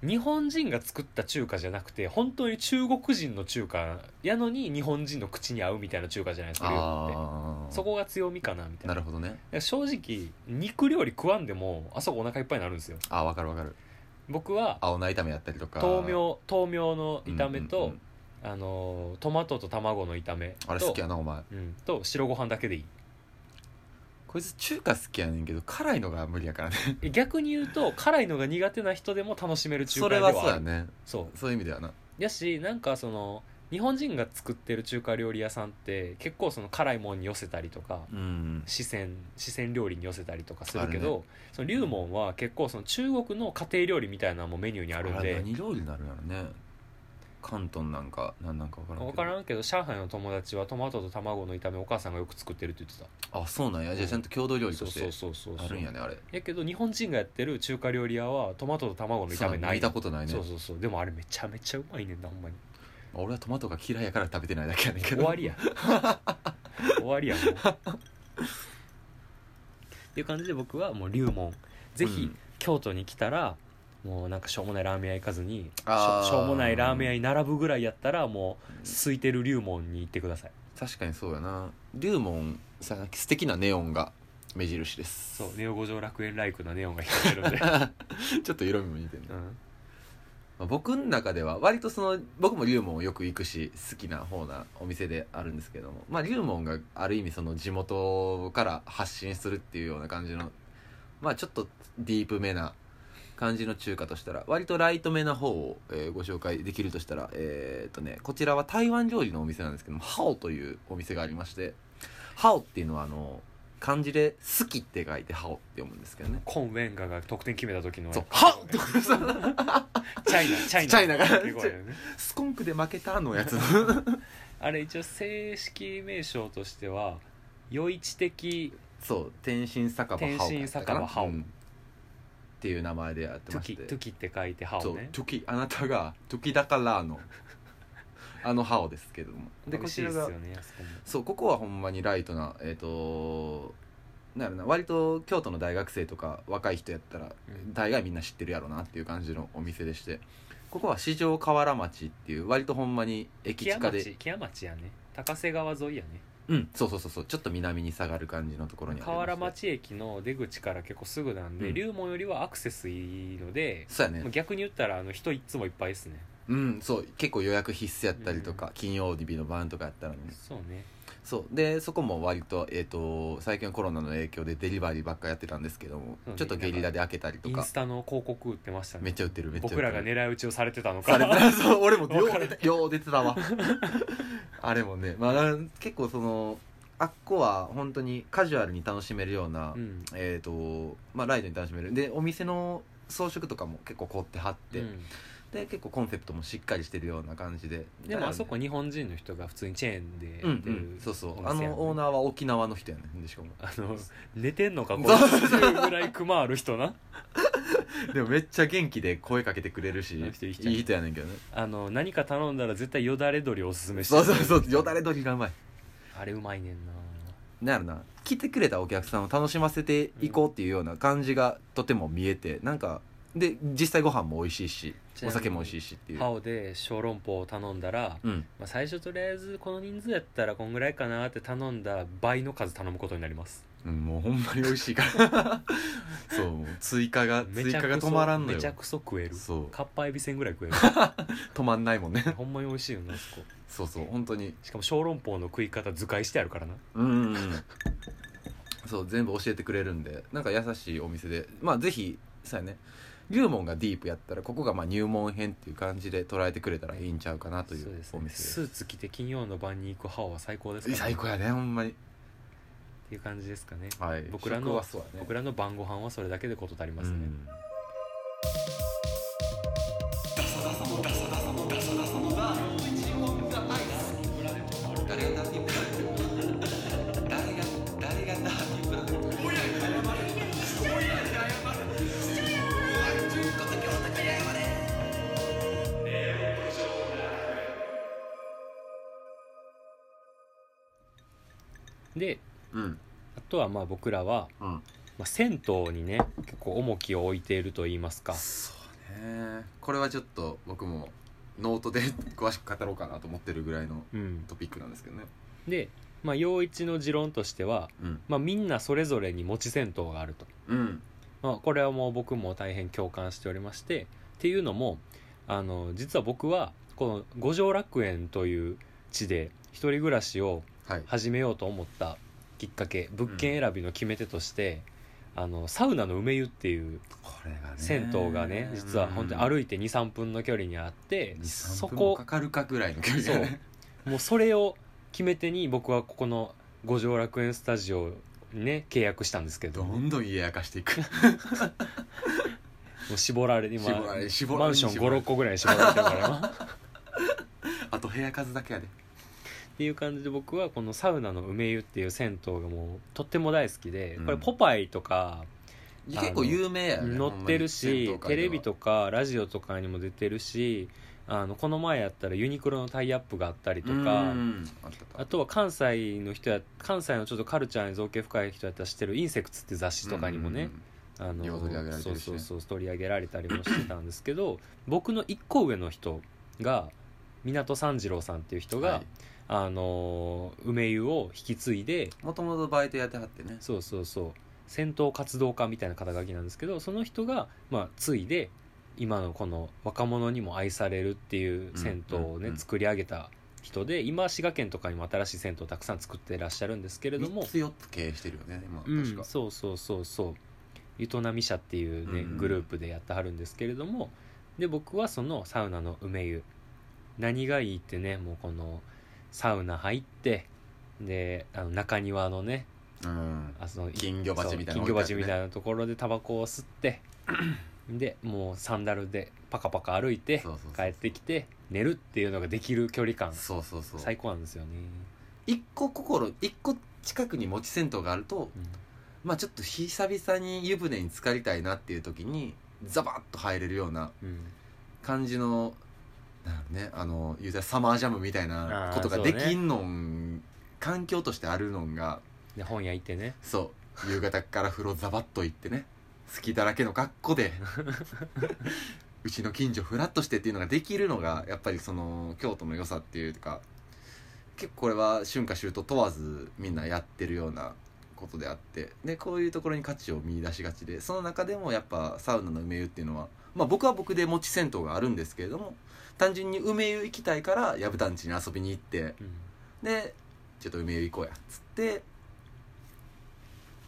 日本人が作った中華じゃなくて本当に中国人の中華やのに日本人の口に合うみたいな中華じゃないですか龍門って
ああ
そこが強みかなみたいな
なるほどね
いや正直肉料理食わんでもあそこお腹いっぱいになるんですよ
ああ分かる分かる
僕は
青菜炒めやったりとか
豆苗豆苗の炒めと、
うんうんうん
あのートマトと卵の炒めと
あれ好きやなお前
うん、と白ご飯だけでいい
こいつ中華好きやねんけど辛いのが無理や
<laughs>
からね
え逆に言うと辛いのが苦手な人でも楽しめる中華
そ
で
れ
はあ
は
る
そうやね
そう
そういう意味ではな
やしなんかその日本人が作ってる中華料理屋さんって結構その辛いもんに寄せたりとか
うん
四川四川料理に寄せたりとかするけ
ある
ど、その龍門は結構その中国の家庭料理みたいなのもメニューにあ
あ
るん
れ
で
何料理になるんやろね関東なんか何なんか分からん
分
けど
からんけど上海の友達はトマトと卵の炒めお母さんがよく作ってるって言ってた
あそうなんやじゃあちゃんと郷土料理
そ
と
う
して
そうそうそう
あるんやねあれ
やけど日本人がやってる中華料理屋はトマトと卵の炒めない
見たことないね
そうそうそうでもあれめちゃめちゃうまいねんなほんまに
俺はトマトが嫌いやから食べてないだけやねんけど
終わ
<laughs>
りや終わりやもうっていう感じで僕はもう龍門ぜひ、
うん
京都に来たらもうなんかしょうもないラーメン屋行かずにし
あ
ょ
ー
しょうもないラーメン屋に並ぶぐらいやったらもう空いてる龍門に行ってください
確かにそうやな龍門さ素敵なネオンが目印です
そうネオ五条楽園ライクなネオンが光ってるんで、
<laughs> ちょっと色味も似てる、ね
うん、
まあ僕の中では割とその僕も龍門をよく行くし好きな方なお店であるんですけどもまあ龍門がある意味その地元から発信するっていうような感じのまあちょっとディープめな感じの中華としたら割とライトめな方を、えーご紹介できるとしたらえーっとねこちらは台湾料理のお店なんですけどもハオというお店がありましてハオっていうのはあの漢字で「好き」って書いてハオって読むんですけどね
コン・ウェンガが得点決めた時の
そうハオって
チャイナチャイナ
チャイナが
結構あるよね
スコンクで負けたの <laughs> やつ
あれ一応正式名称としては余一的
そう天津酒場ハオ
天津酒場ハオ
うんっていう名前でやって
ト
まし
キ
て
トキって書いてハ
そ
オ
う
ね
トゥキあなたがトゥキだから
<laughs>
のあのハオですけどもで
で
こ
こ
ち
ち
ら
ら
が
がよねあそこも
そうここはほんまにライトなえっ、となんやろな割と京都の大学生とか若い人やったら
うん
大概みんな知ってるやろなっていう感じのお店でしてここは四条河原町っていう割とほんまに駅
木屋
近で
町木屋町やね高瀬川沿いやね
うんそうそうそうそうちょっと南に下がる感じのところにありま
河
す
原町駅の出口から結構すぐなんで、
うん
龍門よりはアクセスいいので、
そうや
まあ
ね
逆に言ったらあの人いっつもいっぱいですね
うんそう結構予約必須やったりとか、金曜日の晩とかやったらね
そうね
そうでそこも割と,、えー、と最近はコロナの影響でデリバリーばっかやってたんですけども、
そうね
ちょっとゲリラで開けたりと
イン
か
スタの広告売ってました
めっ
ね
ちゃ売ってるめっちゃ売って
僕
る
らが狙い撃ちをされてたのか
されて
<laughs>
たそう俺もよ
わか
う出てよう出てたわあれもねまあ結構そのあっこは本当にカジュアルに楽しめるような、
うん
えっ、とまあライトに楽しめるでお店の装飾とかも結構凝ってはって、
うん
で結構コンセプトもしっかりしてるような感じで
でもあそこ
に
日本人の人が普通にチェーンでや
うん、う
ってる
ん、そうそう
お
あ
店やん
のオーナーは沖縄の人やねんでしかも
あの寝てんのかこ
そう
れっていうぐらいクマある人な
でもめっちゃ元気で声かけてくれるし
あ <laughs> の人いい人やね
いい人やねんけどね
あの何か頼んだら絶対よだれ鶏をおすすめして
そうそうそうよだ
れ
れ鶏がうまい
あれうまいねんな
なんやろな来てくれたお客さんを楽しませていこうっていうような感じがとても見えてなんかで実際ご飯も美味しいし
ちなみに
お酒も美味しいしっていう
ハオで小籠包を頼んだら、
うん
まあ、最初とりあえずこの人数やったらこんぐらいかなって頼んだ倍の数頼むことになります
うんもうほんまに美味しいから <laughs> そうもう追加が
め
追
ちゃ
加
く
が
そ
止まらんのよ
めちゃくそ食える
そう
かっぱえびせんぐらい食える
止まんないもんね <laughs>
ほんまに美味しいよなあそこ
そうそう本当に
しかも小籠包の食い方図解してあるからな
うんうんうんそう全部教えてくれるんでなんか優しいお店でまあぜひさあね龍門がディープやったらここがまあ入門編っていう感じで捉えてくれたらいいんちゃうかなとい
そう
う
です
お
ね
店です
スーツ着て金曜の晩に行くハオは最高ですから
最高やねほんまに、
っていう感じですかね
はい、
僕らの
食はそうやね
僕らの晩ご飯はそれだけでこと足りますね、
うん
で
うん
あとはまあ僕らは、
うん
まあ、銭湯にね結構重きを置いていると言いますか
そうねこれはちょっと僕もノートで詳しく語ろうかなと思ってるぐらいの
うん
トピックなんですけどね
で、まあ、陽一の持論としては、
うん
まあ、みんなそれぞれに持ち銭湯があると、
うん
まあ、これはもう僕も大変共感しておりましてっていうのもあの実は僕はこの五条楽園という地で一人暮らしを
はい
始めようと思ったきっかけ物件選びの決め手として、あのサウナの梅湯っていう
これがね
銭湯がね実は本当に歩いて23分の距離にあって
て
そ
そこ
こ
かかるかぐらいの距離
そ
だ
う
ね
もうそれを決め手に僕はここの五条楽園スタジオにね契約したんですけど
ど
も
んどん家明かしてい <laughs> く
う絞られて
絞られ絞られ
マンション
絞られ
56個ぐらいに絞られてるから今っ
あと部屋数だけやで
ていう感じで僕はこのサウナの梅湯っていう銭湯がもうとっても大好きで
うん
これ「ポパイ」とかの
結構有名やね
載ってる
ほんま
し
に
テレビとかラジオとかにも出てるしあのこの前やったらユニクロのタイアップがあったりと
銭湯界では
か
うんあったあ
あ
っ
とは関西の人や関西のちょっとカルチャーに造形深い人やったら知ってる「インセクツ」って雑誌
た
とかにもね、
うんうんうん
あの
よう取り上げられて
そう
るし
そ
ね
うそう取り上げられたりもしてたんですけ
<laughs>
ど僕の一個上の人が湊三次郎さんっていう人が、
はい
あのー梅湯を引き継いで
もともとバイトやってはってね
そうそうそう戦闘活動家みたいな肩書きなんですけどその人が、まあ、継いで今のこの若者にも愛されるっていう銭湯を
うん
ね、
うんうん
作り上げた人で今滋賀県とかにも新しい銭湯たくさん作ってらっしゃるんですけれども
3つ4つ経営してるよね今
うん
確か
そうそうそうそうゆとなみ社っていうね、
うんうん
グループでやってはるんですけれどもで僕はそのサウナの梅湯何がいいってねもうこのサウナ入ってであの中庭のね
うん
あその
金魚鉢みたいな
そう金魚鉢みた
ない
なところでタバコを吸って
<laughs>
でもうサンダルでパカパカ歩いて
そうそうそう
帰ってきて寝るっていうのができる距離感
そうそうそう
最高なんですよね、
一個心一個近くに持ち銭湯があると
うん
まあちょっと久々に湯船に浸かりたいなっていう時にザバッと入れるような
うん
感じのなんやろねあの言うたらサマージャムみたいなこと
あー
が
そう
で
ね
きんのん、環境としてあるのんが
で本屋行ってね
そう夕方から風呂ザバッと行ってね好きだらけの格好でうちの近所フラッとしてっていうのができるのがやっぱりその京都の良さっていうか結構これは春夏秋冬問わずみんなやってるようなことであってでこういうところに価値を見出しがちでその中でもやっぱサウナの梅湯っていうのは、まあ、僕は僕で持ち銭湯があるんですけれども単純に梅湯行きたいから薮団地に遊びに行ってでちょっと梅湯行こうやっつって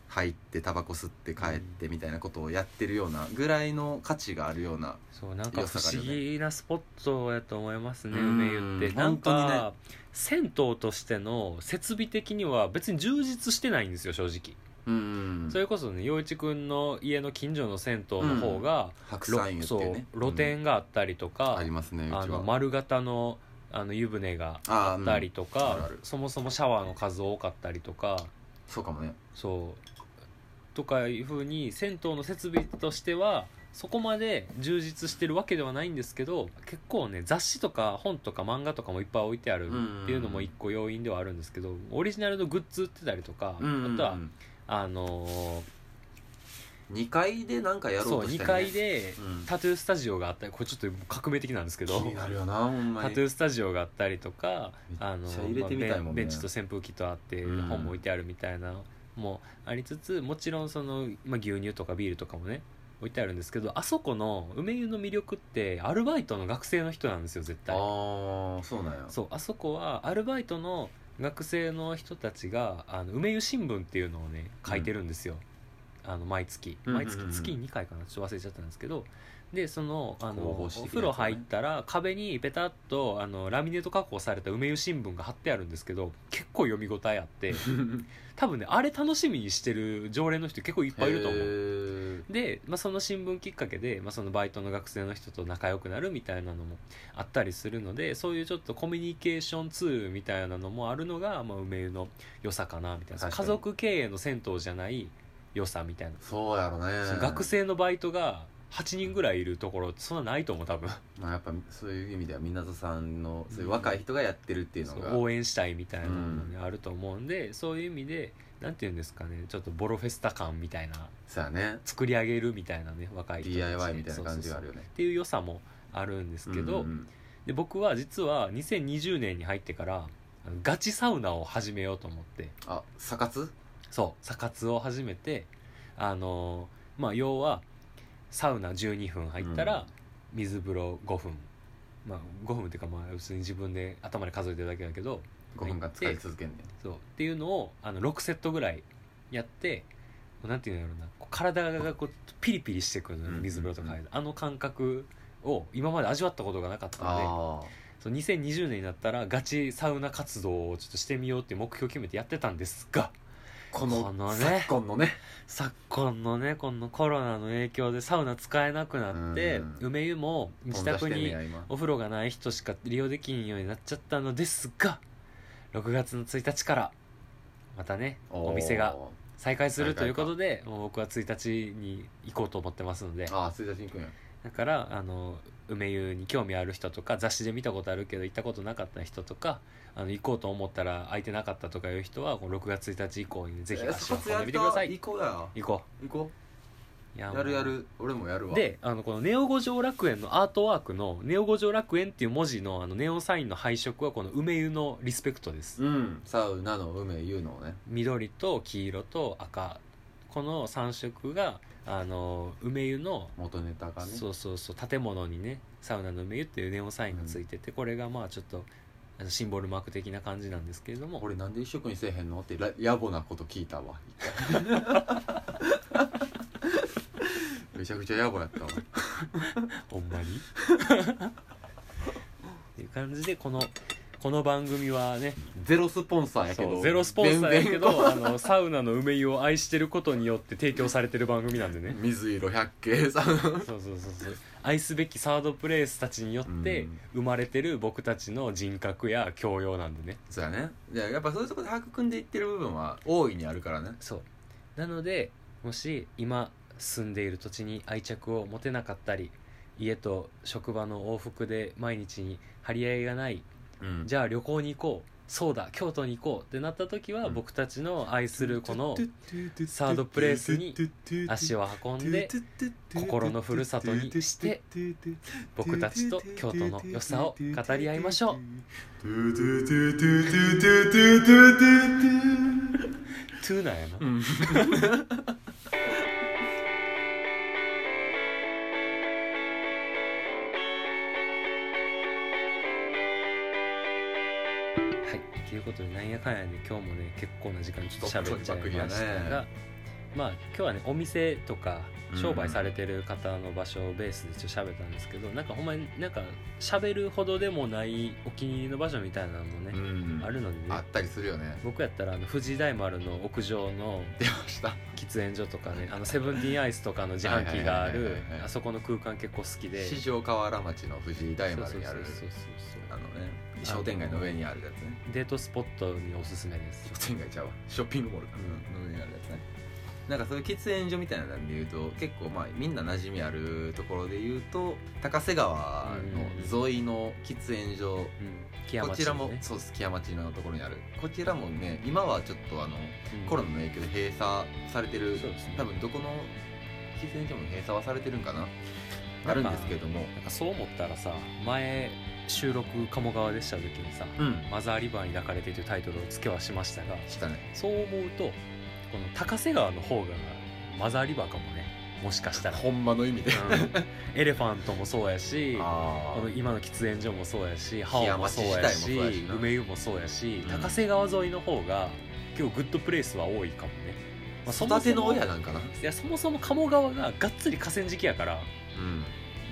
入ってタバコ吸って帰ってみたいなことをやってるようなぐらいの価値があるような
そうなんか
良
不
さがある
思
よね
議なスポットやと思いますね
うん
梅湯ってなん
本当に
か
ね
銭湯としての設備的には別に充実してないんですよ正直
うん
それこそね陽一くんの家の近所の銭湯の方が
白
ろ
山湯って
そ
いう
う
ね
露
うん
店があったりとか
ありますねうちは
あの丸型のあの湯船があったりと
あー
か
うんあるある
そもそもシャワーの数多かったりとか
そうかもね
そうとかいうふうに銭湯の設備としてはそこまで充実してるわけではないんですけど結構ね雑誌とか本とか漫画とかもいっぱい置いてあるっていうのも一個要因ではあるんですけどオリジナルのグッズ売ってたりとかあとはあの
2階でなんか
ー
やろ
そうう
とし
2
た
階
よね
で
うん
タトゥースタジオがあったりこれちょっと革命的なんですけ
気
ど
になるよなほんま
タ
に
トゥースタジオがあったりとかあ
め
の
っちゃ入れてみたいもん
まあ
ね
ベンベンチと扇風機とあって
うん
本も置いてあるみたいなもありつつもちろんその、まあ、牛乳とかビールとかもね置いてあるんですけどあそこの梅湯の魅力ってアルバイトの学生の人なんですよ絶対
ああそうなんや
そうあそこはアルバイトの学生の人たちがあの梅湯新聞っていうのをね書いてるんですよ、あの毎月
うんうん
毎
うん
月月2回かなちょっと忘れちゃったんですけどでそのあの
広
お
報誌的なやつね
風呂入ったら壁にペタッとあのラミネート加工された梅湯新聞が貼ってあるんですけど結構読み応えあって多分ねあれ楽しみにしてる常連の人結構いっぱいいると思う
う
で、まあ、その新聞きっかけで、まあ、そのバイトの学生の人と仲良くなるみたいなのもあったりするのでそういうちょっとコミュニケーションツールみたいなのもあるのが、まあ、梅湯の良さかなみたいな
確
家
かに
族経営の銭湯じゃない良さみたいな、
そうやろ
そ
ね
の学生のバイトが8人ぐらいいるところってそんなないと思う多分
まあやっぱそういう意味では港さんのそういう若い人がやってるっていうの
そう
が
応援したいみたいなのも、ねあると思うんでそういう意味でなんて言うんですかねちょっとボロフェスタ感みたいな
そうやね
作り上げるみたいなね若い人たちね
DIY みたいな感じがある
そうそうそう
よね
っていう良さもあるんですけど、
うんうん
で僕は実は2020年に入ってからあのガチサウナを始めようと思って
あサカツ
そうサ活を始めてあのーまあ要はサウナ12分入った
うん
ら水風呂5分、まあ5分っていうかまあ普通に自分で頭で数えてるだけだけど
5分間使い続けんねん
そうっていうのをあの6セットぐらいやってこうなんていうんだろうなこう体がこうピリピリしてくるのよ
うん
水風呂とか入る
う
とあの感覚を今まで味わったことがなかったんで
あ
そう2020年になったらガチサウナ活動をちょっとしてみようっていう目標を決めてやってたんですが
あこ
こ
の
のね
昨今のね
昨今のねこのコロナの影響でサウナ使えなくなって
うん
梅湯も自宅
飛んだしてん
に
ねや今
お風呂がない人しか利用できんようになっちゃったのですが6月の1日からまたねお店が
おー
再開する
再
と
開
いう
か
ことでもう僕は1日に行こうと思ってますので
ああ1日に行くんや
だからあの梅湯に興味ある人とか雑誌で見たことあるけど行ったことなかった人とかあの行こうと思ったら空いてなかったとかいう人はこの6月1日以降にぜひ
えー
足を
サカツ
運
や
ん
っ
でみて
た
ください、
行こうや
行こ
行
う
こ
いや
うやるや
も
る俺もやる
う
わ
であのこのネオ五条楽園のアートワークの「ネオ五条楽園」っていう文字のあのネオンサインの配色はこの梅湯のリスペクトです
うんサウナの梅いうのをね
緑と黄色と赤この3色があの梅湯の
元ネタがね
そうそうそう建物にねサウナの梅湯っていうネオンサインがついてて、これがまあちょっとあのシンボルマーク的な感じなんですけれども
俺なんで一食にせえへんのってら野暮なこと聞いたわめちゃくちゃ野暮やったわ
ほんまにっていう感じでこのこの番組はね
ゼロスポンサーやけ
そう
ど
ゼロスポンサーやけ
全然こ
どあのサウナの梅湯を愛してることによって提供されてる番組なんで
う
ね
水色百景さん
そうそうそうそう愛すべきサードプレイスたちによって
うん
生まれてる僕たちの人格や教養なんでね
そうやねじゃやっぱそういうとこで育んでいってる部分は大いにあるからね
そうなのでもし今住んでいる土地に愛着を持てなかったり家と職場の往復で毎日に張り合いがない
うん
じゃあ旅行に行こうそうだ京都に行こうってなった時は、
うん
僕たちの愛するこのサードプレイスに足を運んで心のふるさとにして僕たちと京都の良さを語り合いましょ
うう
「トゥーナやな、
ん
<laughs> はいということでなんやかんやで、今日もね結構な時間ちょっと喋っちゃいまし
どっぷり
た
パクリだ
が、まあ今日はねお店とか
うん
商売されてる方の場所をベースでちょっと喋ったんですけど、なんかほんまになんか喋るほどでもないお気に入りの場所みたいなのも
う
ね、
ん
あるのでね
あったりするよね
僕やったらあの藤井大丸の屋上の
出ました
喫煙所とかねあのセブンティーンアイスとかの自販機があ
はいはい
る
はいはいはい
あそこの空間結構好きで
四条河原町の藤井大
そう
丸
そう
に
そ
あ
う
る
そうそう
あのね商店街の上にあるやつね
デートスポットにおすすめです
商店街ちゃうわショッピングモールか
う
の上にあるやつねなんかそういう喫煙所みたいなので言うと結構まあみんな馴染みあるところで言うと高瀬川の沿いの喫煙所
うん木屋町の
こちらも
ね
そうです木屋町のところにあるこちらもね今はちょっとあの
うん
コロナの影響で閉鎖されてる、
そうですね
多分どこの喫煙所も閉鎖はされてるんかなあるんですけども
なんかそう思ったらさ前収録鴨川でした時にさ「
うん
マザーリバーに抱かれて」というタイトルを付けはしましたが
したね
そう思うとこの高瀬川の方がマザーリバーかもねもしかしたら、うん、
んまの意味で
エレファントもそうや
<laughs>
し
あ
この
ー
今の喫煙所もそうやしハオもそうや
木
し
屋町自体もそうやしな
梅湯もそうやし、
うん
高瀬川沿いの方が結構グッドプレイスは多いかもね、まあそもそも
育ての親なんかない
やそもそも鴨川ががっつり河川敷やから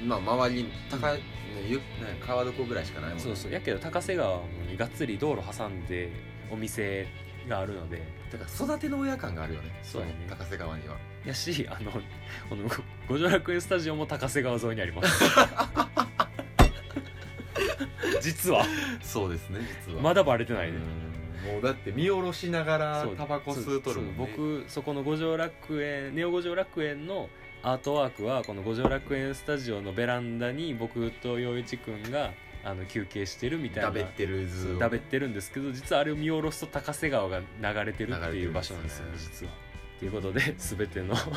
うんまあ周りに高い、ゆね川床ぐらいしかないもんね
そうそうやけど高瀬川もねがっつり道路挟んでお店があるので
だから育ての親感があるよね
そうやね
の高瀬川には
やしあのこの五条楽園スタジオも高瀬川沿いにあります
<laughs>
実は
そうですね実は
ま
だ
だバレてないね、
もうだって見下ろしながら
そう
タバコ吸うとるも
そう
ん、ね、
僕そこの五条楽園ネオ五条楽園のアートワークはこの五条楽園スタジオのベランダに僕と陽一くんがあの休憩してるみたいな
だべってる図を
だべってるんですけど実はあれを見下ろすと高瀬川が流れてるっていう場所なんですよ
流れてるんで
実は。ということ
<laughs>
で全ての宛先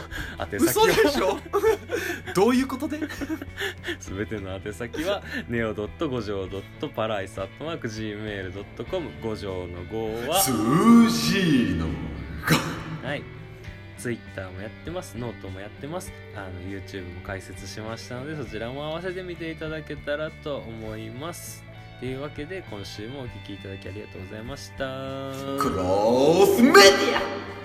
嘘で
は
しょどういうことで
<laughs> 全ての宛先は neo. 五条 .parais.gmail.com 五条の5は、
数字の
はい、Twitter もやってますノートもやってますあの YouTube も開設しましたのでそちらも合わせて見ていただけたらと思います。というわけで今週もお聴きいただきありがとうございました。
クロスメディア